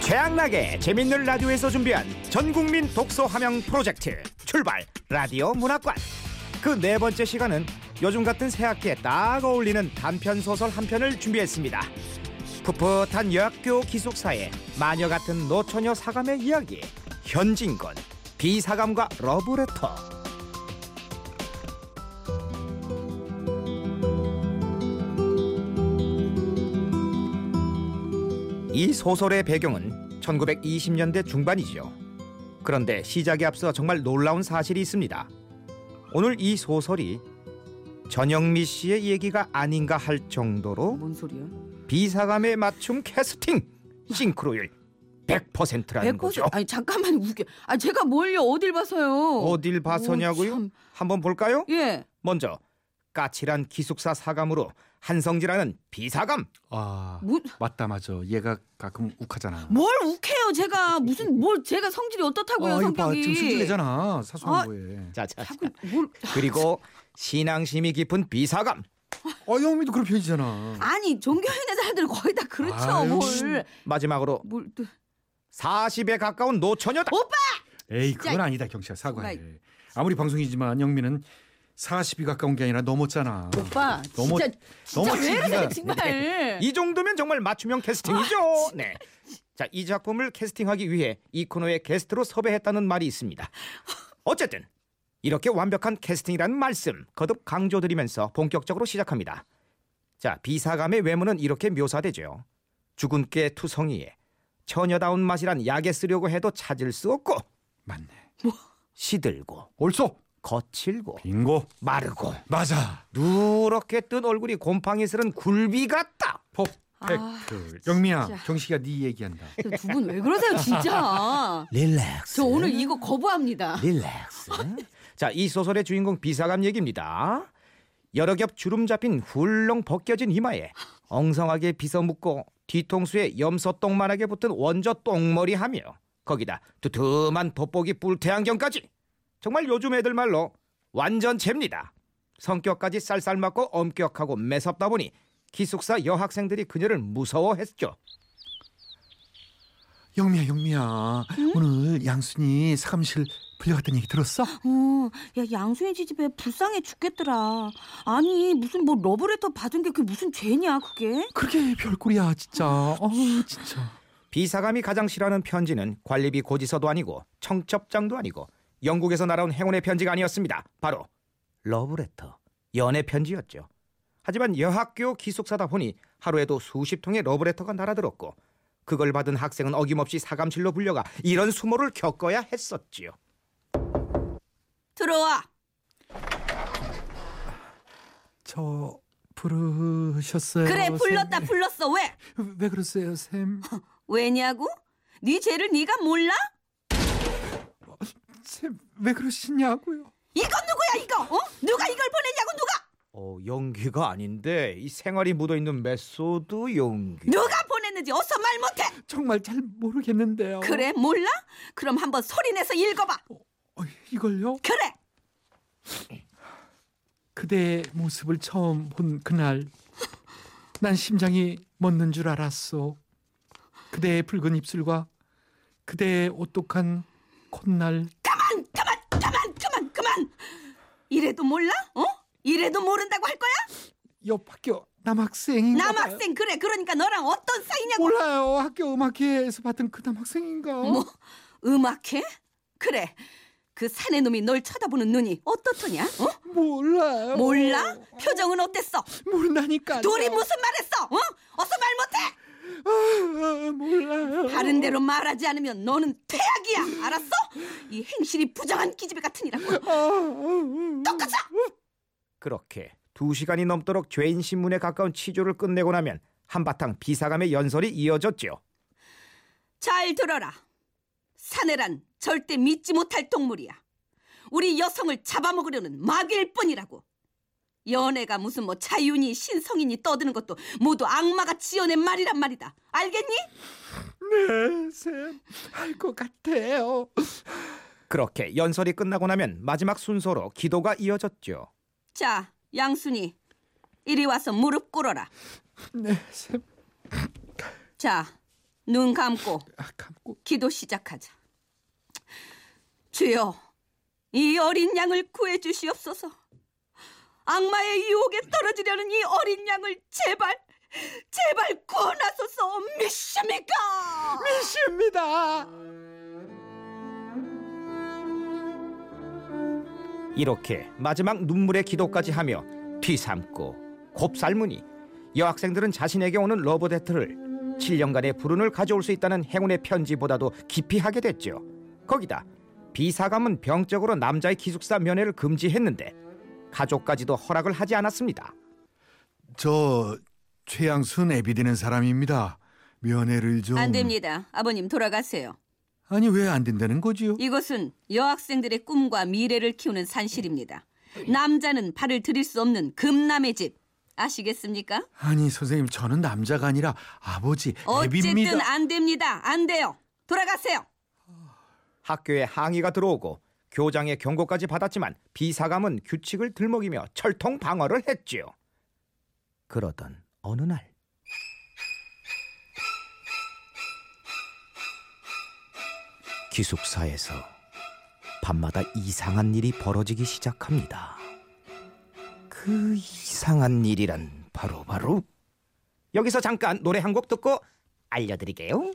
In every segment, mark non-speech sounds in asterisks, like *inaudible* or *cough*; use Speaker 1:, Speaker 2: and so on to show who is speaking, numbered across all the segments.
Speaker 1: 최악나게 재밌는 라디오에서 준비한 전국민 독서 함영 프로젝트 출발 라디오 문학관 그 네 번째 시간은 요즘 같은 새학기에 딱 어울리는 단편 소설 한 편을 준비했습니다. 풋풋한 여학교 기숙사에 마녀 같은 노처녀 사감의 이야기 현진건 비사감과 러브레터 이 소설의 배경은 1920년대 중반이죠. 그런데 시작에 앞서 정말 놀라운 사실이 있습니다. 오늘 이 소설이 전영미 씨의 얘기가 아닌가 할 정도로
Speaker 2: 뭔 소리야?
Speaker 1: 비사감에 맞춤 캐스팅 싱크로율 100%라는
Speaker 2: 100%
Speaker 1: 거죠.
Speaker 2: 아니 잠깐만 웃겨. 아 제가 뭘요? 어딜 봐서요?
Speaker 1: 어딜
Speaker 2: 오,
Speaker 1: 봐서냐고요?
Speaker 2: 참.
Speaker 1: 한번 볼까요?
Speaker 2: 예.
Speaker 1: 먼저 까칠한 기숙사 사감으로 한성지라는 비사감
Speaker 3: 아
Speaker 2: 뭐,
Speaker 3: 맞다 맞아 얘가 가끔 욱하잖아
Speaker 2: 뭘 욱해요? 제가 무슨 뭘 제가 성질이 어떻다고요?
Speaker 3: 아, 이거 봐
Speaker 2: 성격이.
Speaker 3: 지금 승질 내잖아
Speaker 2: 뭐 아.
Speaker 3: 사소한 거에
Speaker 1: 자자
Speaker 2: 자꾸 뭘
Speaker 1: 그리고 신앙심이 깊은 비사감
Speaker 3: 어 영미도 그런 편이잖아
Speaker 2: 아니 종교인의 사람들은 거의 다 그렇죠.
Speaker 3: 아유,
Speaker 2: 뭘.
Speaker 1: 마지막으로
Speaker 2: 뭘 또.
Speaker 1: 40에 가까운 노처녀다
Speaker 3: 에이 그건
Speaker 2: 진짜.
Speaker 3: 아니다 경찰 사과해
Speaker 2: 정말.
Speaker 3: 아무리 방송이지만 영미는 40이 가까운 게 아니라 넘었잖아
Speaker 2: 오빠
Speaker 3: 너무-
Speaker 2: 진짜 진짜
Speaker 3: 너무 네.
Speaker 2: 왜 이러세요
Speaker 3: 진리가-
Speaker 2: 정말.
Speaker 1: 이 정도면 정말 맞춤형 캐스팅이죠 네. 자 이 작품을 캐스팅하기 위해 이 코너의 게스트로 섭외했다는 말이 있습니다 어쨌든 이렇게 완벽한 캐스팅이라는 말씀 거듭 강조드리면서 본격적으로 시작합니다 자 비사감의 외모는 이렇게 묘사되죠 죽은 깨 투성이에 처녀다운 맛이란 약에 쓰려고 해도 찾을 수 없고
Speaker 3: 맞네
Speaker 1: 시들고
Speaker 3: 옳소
Speaker 1: 거칠고
Speaker 3: 빙고
Speaker 1: 마르고
Speaker 3: 맞아
Speaker 1: 누렇게 뜬 얼굴이 곰팡이스런 굴비 같다.
Speaker 3: 퍼펙트 영미야
Speaker 2: 아, 진짜.
Speaker 3: 경식이가 네 얘기한다
Speaker 2: 두 분 왜 그러세요
Speaker 3: *laughs*
Speaker 2: 진짜?
Speaker 1: 릴렉스.
Speaker 2: 저 오늘 이거 거부합니다.
Speaker 1: 릴렉스. 자, 이 소설의 주인공 비사감 얘기입니다. 여러 겹 주름 잡힌 훌렁 벗겨진 이마에 엉성하게 빗어묶고 뒤통수에 염소똥만하게 붙은 원저 똥머리하며 거기다 두툼한 돋보기 뿔테 안경까지 정말 요즘 애들 말로 완전체입니다. 성격까지 쌀쌀맞고 엄격하고 매섭다 보니 기숙사 여학생들이 그녀를 무서워했죠.
Speaker 3: 영미야 영미야 오늘 양순이 사감실 불려갔다는 얘기 들었어?
Speaker 2: 어, 야 양수의 지집에 불쌍해 죽겠더라. 아니 무슨 뭐 러브레터 받은 게 그게 무슨 죄냐 그게?
Speaker 3: 그게 별꼴이야 진짜 어 진짜
Speaker 1: 비사감이 가장 싫어하는 편지는 관리비 고지서도 아니고 청첩장도 아니고 영국에서 날아온 행운의 편지가 아니었습니다. 바로 러브레터, 연애 편지였죠. 하지만 여학교 기숙사다 보니 하루에도 수십 통의 러브레터가 날아들었고 그걸 받은 학생은 어김없이 사감실로 불려가 이런 수모를 겪어야 했었지요.
Speaker 2: 들어와.
Speaker 3: 저 부르셨어요 네.
Speaker 2: 그래
Speaker 3: 쌤?
Speaker 2: 불렀다 불렀어 왜?
Speaker 3: 왜 그러세요 쌤?
Speaker 2: 왜냐고? 네 죄를 네가 몰라?
Speaker 3: 쌤 왜 그러시냐고요?
Speaker 2: 이건 누구야 이거? 어? 누가 이걸 보냈냐고 누가?
Speaker 1: 어, 연기가 아닌데 이 생활이 묻어있는 메소드 연기.
Speaker 2: 누가 보냈는지 어서 말 못해.
Speaker 3: 정말 잘 모르겠는데요.
Speaker 2: 그래 몰라? 그럼 한번 소리내서 읽어봐.
Speaker 3: 어, 이걸요?
Speaker 2: 그래.
Speaker 3: 그대의 모습을 처음 본 그날 난 심장이 멎는 줄 알았어. 그대의 붉은 입술과 그대의 오똑한 콧날
Speaker 2: 그만 그만 그만 그만 그만. 이래도 몰라? 어? 이래도 모른다고 할 거야?
Speaker 3: 옆 학교 남학생인가 음, 봐요.
Speaker 2: 남학생 그래 그러니까 너랑 어떤 사이냐고.
Speaker 3: 몰라요. 학교 음악회에서 봤던 그 남학생인가?
Speaker 2: 뭐 음악해? 그래. 그 사내 놈이 널 쳐다보는 눈이 어떻더냐? 어?
Speaker 3: 몰라요.
Speaker 2: 몰라? 표정은 어땠어?
Speaker 3: 모른다니까.
Speaker 2: 둘이 무슨 말했어? 어? 어서 말 못해.
Speaker 3: 아, 몰라요.
Speaker 2: 다른 대로 말하지 않으면 너는 퇴학이야. 알았어? 이 행실이 부정한 기집애 같으니라고.
Speaker 3: 아, 아, 아.
Speaker 2: 똑같아.
Speaker 1: 그렇게 두 시간이 넘도록 죄인 신문에 가까운 치조를 끝내고 나면 한바탕 비사감의 연설이 이어졌지요.
Speaker 2: 잘 들어라. 사내란 절대 믿지 못할 동물이야. 우리 여성을 잡아먹으려는 마귀일 뿐이라고. 연애가 무슨 뭐 자윤이 신성인이 떠드는 것도 모두 악마가 지어낸 말이란 말이다. 알겠니?
Speaker 3: 네, 쌤. 할 것 같아요.
Speaker 1: 그렇게 연설이 끝나고 나면 마지막 순서로 기도가 이어졌죠.
Speaker 2: 자, 양순이. 이리 와서 무릎 꿇어라.
Speaker 3: 네, 쌤.
Speaker 2: 자, 눈 감고
Speaker 3: 아, 감고
Speaker 2: 기도 시작하자. 주여, 이 어린 양을 구해 주시옵소서. 악마의 유혹에 떨어지려는 이 어린 양을 제발, 제발 구원하소서. 믿습니까?
Speaker 3: 미십니다.
Speaker 1: 이렇게 마지막 눈물의 기도까지 하며 뒤삼고 곱살무니 여학생들은 자신에게 오는 러브데트를 7년간의 불운을 가져올 수 있다는 행운의 편지보다도 기피하게 됐죠. 거기다 비사감은 병적으로 남자의 기숙사 면회를 금지했는데 가족까지도 허락을 하지 않았습니다.
Speaker 3: 저 최양순 애비 되는 사람입니다. 면회를 좀
Speaker 2: 안 됩니다. 아버님 돌아가세요.
Speaker 3: 아니 왜 안 된다는 거지요?
Speaker 2: 이곳은 여학생들의 꿈과 미래를 키우는 산실입니다. 남자는 발을 들일 수 없는 금남의 집. 아시겠습니까?
Speaker 3: 아니 선생님 저는 남자가 아니라 아버지 네, 애비입니다.
Speaker 2: 어쨌든 안 됩니다. 안 돼요. 돌아가세요.
Speaker 1: 학교에 항의가 들어오고 교장의 경고까지 받았지만 비사감은 규칙을 들먹이며 철통 방어를 했지요. 그러던 어느 날 기숙사에서 밤마다 이상한 일이 벌어지기 시작합니다. 그 이상한 일이란 바로 바로 여기서 잠깐 노래 한 곡 듣고 알려드릴게요.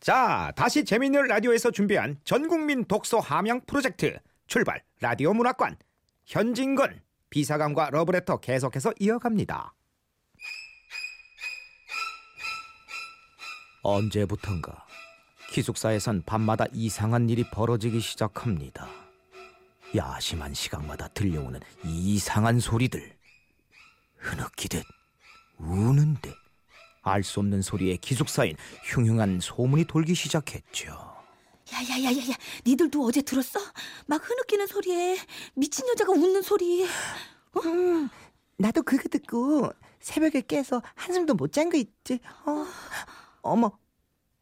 Speaker 1: 자, 다시 재미있는 라디오에서 준비한 전국민 독서 함양 프로젝트 출발 라디오 문학관 현진건 비사감과 러브레터 계속해서 이어갑니다. 언제부턴가 기숙사에선 밤마다 이상한 일이 벌어지기 시작합니다. 야심한 시각마다 들려오는 이상한 소리들 흐느끼듯 우는 듯 알 수 없는 소리에 기숙사인 흉흉한 소문이 돌기 시작했죠.
Speaker 4: 야야야야야, 니들도 어제 들었어? 막 흐느끼는 소리에 미친 여자가 웃는 소리.
Speaker 5: 나도 그거 듣고 새벽에 깨서 한숨도 못 잔 거 있지. 어, 어머,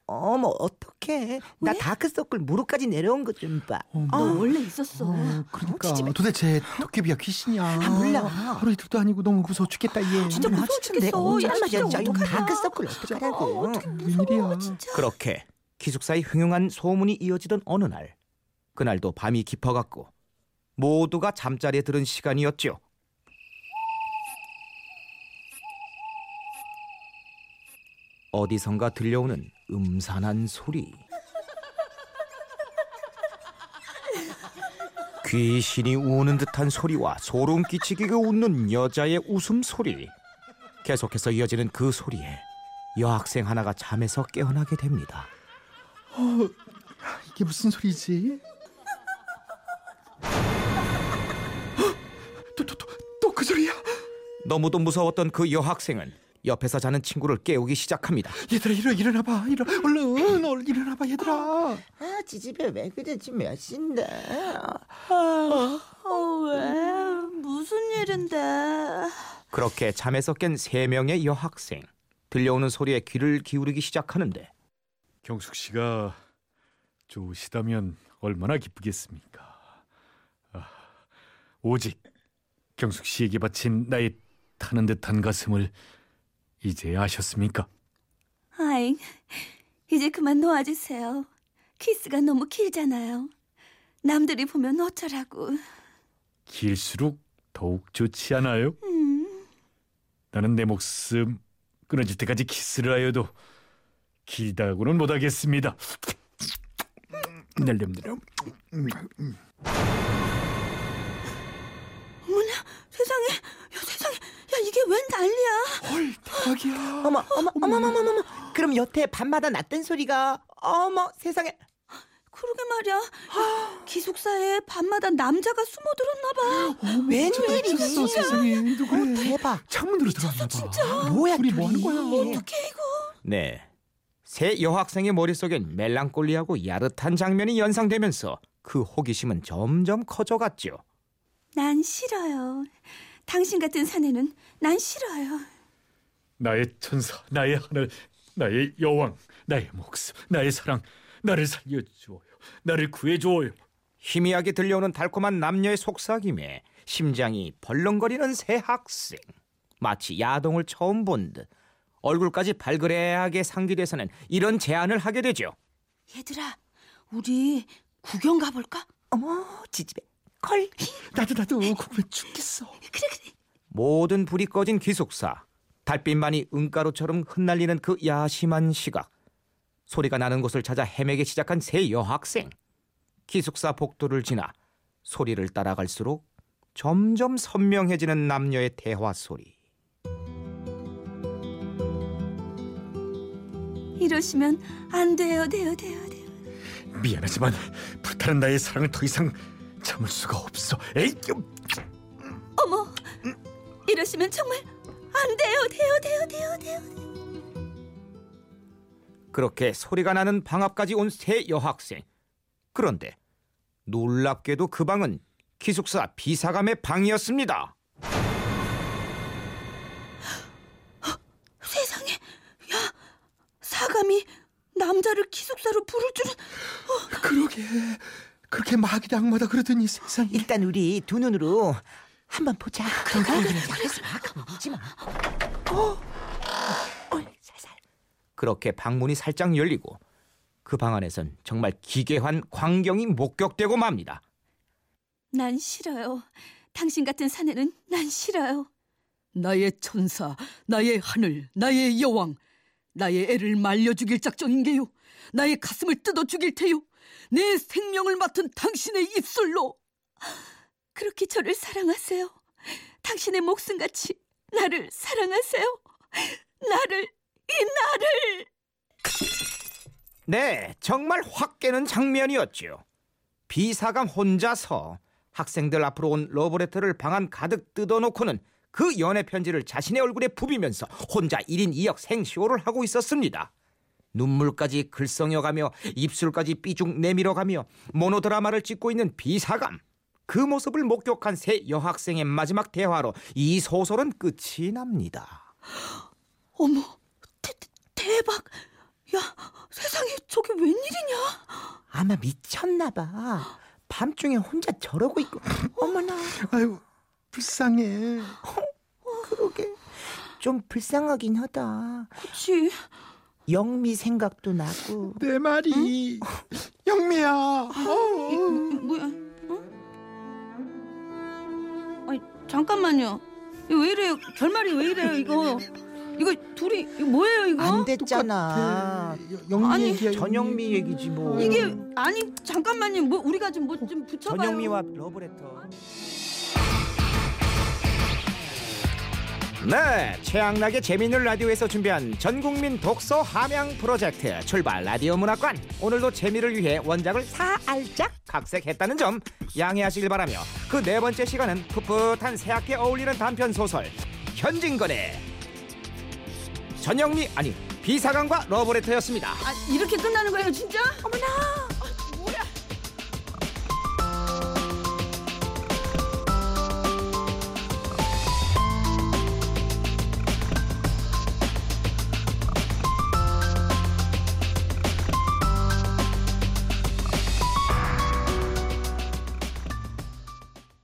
Speaker 5: 어머, 어떡해. 나 다크서클 무릎까지 내려온 것 좀 봐.
Speaker 4: 너 원래 있었어.
Speaker 3: 어, 그러니까 도대체 토끼비야 귀신이야. 아,
Speaker 5: 몰라.
Speaker 3: 하루 이틀도 아니고 너무 무서워 죽겠다 얘.
Speaker 4: 진짜 무서워 음, 죽겠어. 야,
Speaker 5: 야,
Speaker 4: 진짜
Speaker 5: 야, 이거
Speaker 4: 어떡하냐.
Speaker 5: 다크서클 어떡하라고.
Speaker 4: 음,
Speaker 3: 무슨 일이야?
Speaker 1: 그렇게 기숙사의 흉흉한 소문이 이어지던 어느 날 그날도 밤이 깊어갔고 모두가 잠자리에 들은 시간이었죠. 어디선가 들려오는 음산한 소리. 귀신이 우는 듯한 소리와 소름 끼치게 웃는 여자의 웃음 소리. 계속해서 이어지는 그 소리에 여학생 하나가 잠에서 깨어나게 됩니다.
Speaker 3: 이게 무슨 소리지? 또또또또 그 소리야?
Speaker 1: 너무도 무서웠던 그 여학생은 옆에서 자는 친구를 깨우기 시작합니다.
Speaker 3: 얘들아 일어 일어나봐 일어 얼른 얼른 일어나봐 얘들아.
Speaker 5: 아, 지집애 왜 그래? 지금 몇 시인데?
Speaker 4: 어, 왜? 무슨 일인데?
Speaker 1: 그렇게 잠에서 깬 세 명의 여학생 들려오는 소리에 귀를 기울이기 시작하는데
Speaker 6: 경숙 씨가 좋으시다면 얼마나 기쁘겠습니까? 아, 오직 경숙 씨에게 바친 나의 타는 듯한 가슴을 이제 아셨습니까?
Speaker 4: 아잉, 이제 그만 놓아주세요. 키스가 너무 길잖아요. 남들이 보면 어쩌라고.
Speaker 6: 길수록 더욱 좋지 않아요?
Speaker 4: 음.
Speaker 6: 나는 내 목숨 끊어질 때까지 키스를 하여도 길다고는 못하겠습니다. 날렴날렴.
Speaker 4: 어머나, 세상에, 야, 세상에, 야, 이게 웬 난리야?
Speaker 3: 대박이야.
Speaker 5: 어머, 어머, 어머, 어머, 어머, 어머. 그럼 여태 밤마다 났던 소리가 어머, 세상에.
Speaker 4: 그러게 말이야. 야, 기숙사에 밤마다 남자가 숨어들었나 봐.
Speaker 5: 웬일이니?
Speaker 3: 미쳤어 세상에 누구
Speaker 5: 어,
Speaker 3: 그래?
Speaker 5: 대박.
Speaker 3: 창문으로 들어갔나 봐.
Speaker 5: 뭐야,
Speaker 3: 둘이 뭐 하는
Speaker 5: 둘이.
Speaker 3: 거야?
Speaker 4: 어떡해, 이거.
Speaker 1: 네. 세 여학생의 머릿속엔 멜랑꼴리하고 야릇한 장면이 연상되면서 그 호기심은 점점 커져갔죠.
Speaker 2: 난 싫어요. 당신 같은 사내는 난 싫어요.
Speaker 3: 나의 천사, 나의 하늘, 나의 여왕, 나의 목숨, 나의 사랑, 나를 살려주어요. 나를 구해주어요.
Speaker 1: 희미하게 들려오는 달콤한 남녀의 속삭임에 심장이 벌렁거리는 새 학생. 마치 야동을 처음 본 듯 얼굴까지 발그레하게 상기돼서는 이런 제안을 하게 되죠.
Speaker 2: 얘들아, 우리 구경 가볼까?
Speaker 5: 어머 지집애 컬
Speaker 7: 나도 나도 궁금해 죽겠어.
Speaker 1: 모든 불이 꺼진 기숙사. 달빛만이 은가루처럼 흩날리는 그 야심한 시각. 소리가 나는 곳을 찾아 헤매기 시작한 세 여학생. 기숙사 복도를 지나 소리를 따라갈수록 점점 선명해지는 남녀의 대화 소리.
Speaker 2: 이러시면 안 돼요, 돼요, 돼요, 돼요.
Speaker 3: 미안하지만 불타는 나의 사랑을 더 이상 참을 수가 없어. 에이,
Speaker 2: 어머, 이러시면 정말 안 돼요, 돼요, 돼요, 돼요, 돼요.
Speaker 1: 그렇게 소리가 나는 방 앞까지 온 세 여학생. 그런데 놀랍게도 그 방은 기숙사 비사감의 방이었습니다.
Speaker 2: 세상에, 야, 사감이 남자를 기숙사로 부를 줄은.
Speaker 7: 그러게 그렇게 마귀다 악마다 그러더니 세상에.
Speaker 5: 일단 우리 두 눈으로 한번 보자 그럼 그래 그래 믿지마
Speaker 1: 그렇게 방문이 살짝 열리고 그 방 안에선 정말 기괴한 광경이 목격되고 맙니다.
Speaker 2: 난 싫어요. 당신 같은 사내는 난 싫어요.
Speaker 8: 나의 천사, 나의 하늘, 나의 여왕, 나의 애를 말려 죽일 작정인게요. 나의 가슴을 뜯어 죽일 테요. 내 생명을 맡은 당신의 입술로.
Speaker 2: 그렇게 저를 사랑하세요. 당신의 목숨같이 나를 사랑하세요. 나를 이 나를
Speaker 1: 네, 정말 확 깨는 장면이었죠. 비사감 혼자서 학생들 앞으로 온 러브레터를 방 안 가득 뜯어놓고는 그 연애 편지를 자신의 얼굴에 부비면서 혼자 1인 2역 생쇼를 하고 있었습니다. 눈물까지 글썽여가며 입술까지 삐죽 내밀어가며 모노드라마를 찍고 있는 비사감. 그 모습을 목격한 세 여학생의 마지막 대화로 이 소설은 끝이 납니다.
Speaker 2: 어머 대, 대- 대박 야 세상에 저게 웬일이냐
Speaker 5: 아마 미쳤나 봐 밤중에 혼자 저러고 있고 어머나
Speaker 7: 아유 불쌍해.
Speaker 5: 그러게 좀 불쌍하긴 하다
Speaker 2: 그치
Speaker 5: 영미 생각도 나고
Speaker 7: 내 말이 영미야. 어.
Speaker 2: 뭐야 응? 아니 잠깐만요 이거 왜 이래요 결말이 왜 이래요 이거 이거 둘이 이거 뭐예요 이거
Speaker 5: 안 됐잖아
Speaker 7: 여- 영미
Speaker 2: 아니,
Speaker 7: 얘기야, 영미.
Speaker 5: 전영미 얘기지 뭐
Speaker 2: 이게 아니 잠깐만요 뭐 우리가 좀 뭐 좀 붙여봐요
Speaker 1: 전영미와 러브레터. 네, 최양락의 재미있는 라디오에서 준비한 전국민 독서 함양 프로젝트 출발 라디오 문학관 오늘도 재미를 위해 원작을 사알짝 각색했다는 점 양해하시길 바라며 그 네 번째 시간은 풋풋한 새학기에 어울리는 단편 소설 현진건의 전영미 아니 비사관과 러브레터였습니다.
Speaker 2: 아, 이렇게 끝나는 거예요 진짜 어머나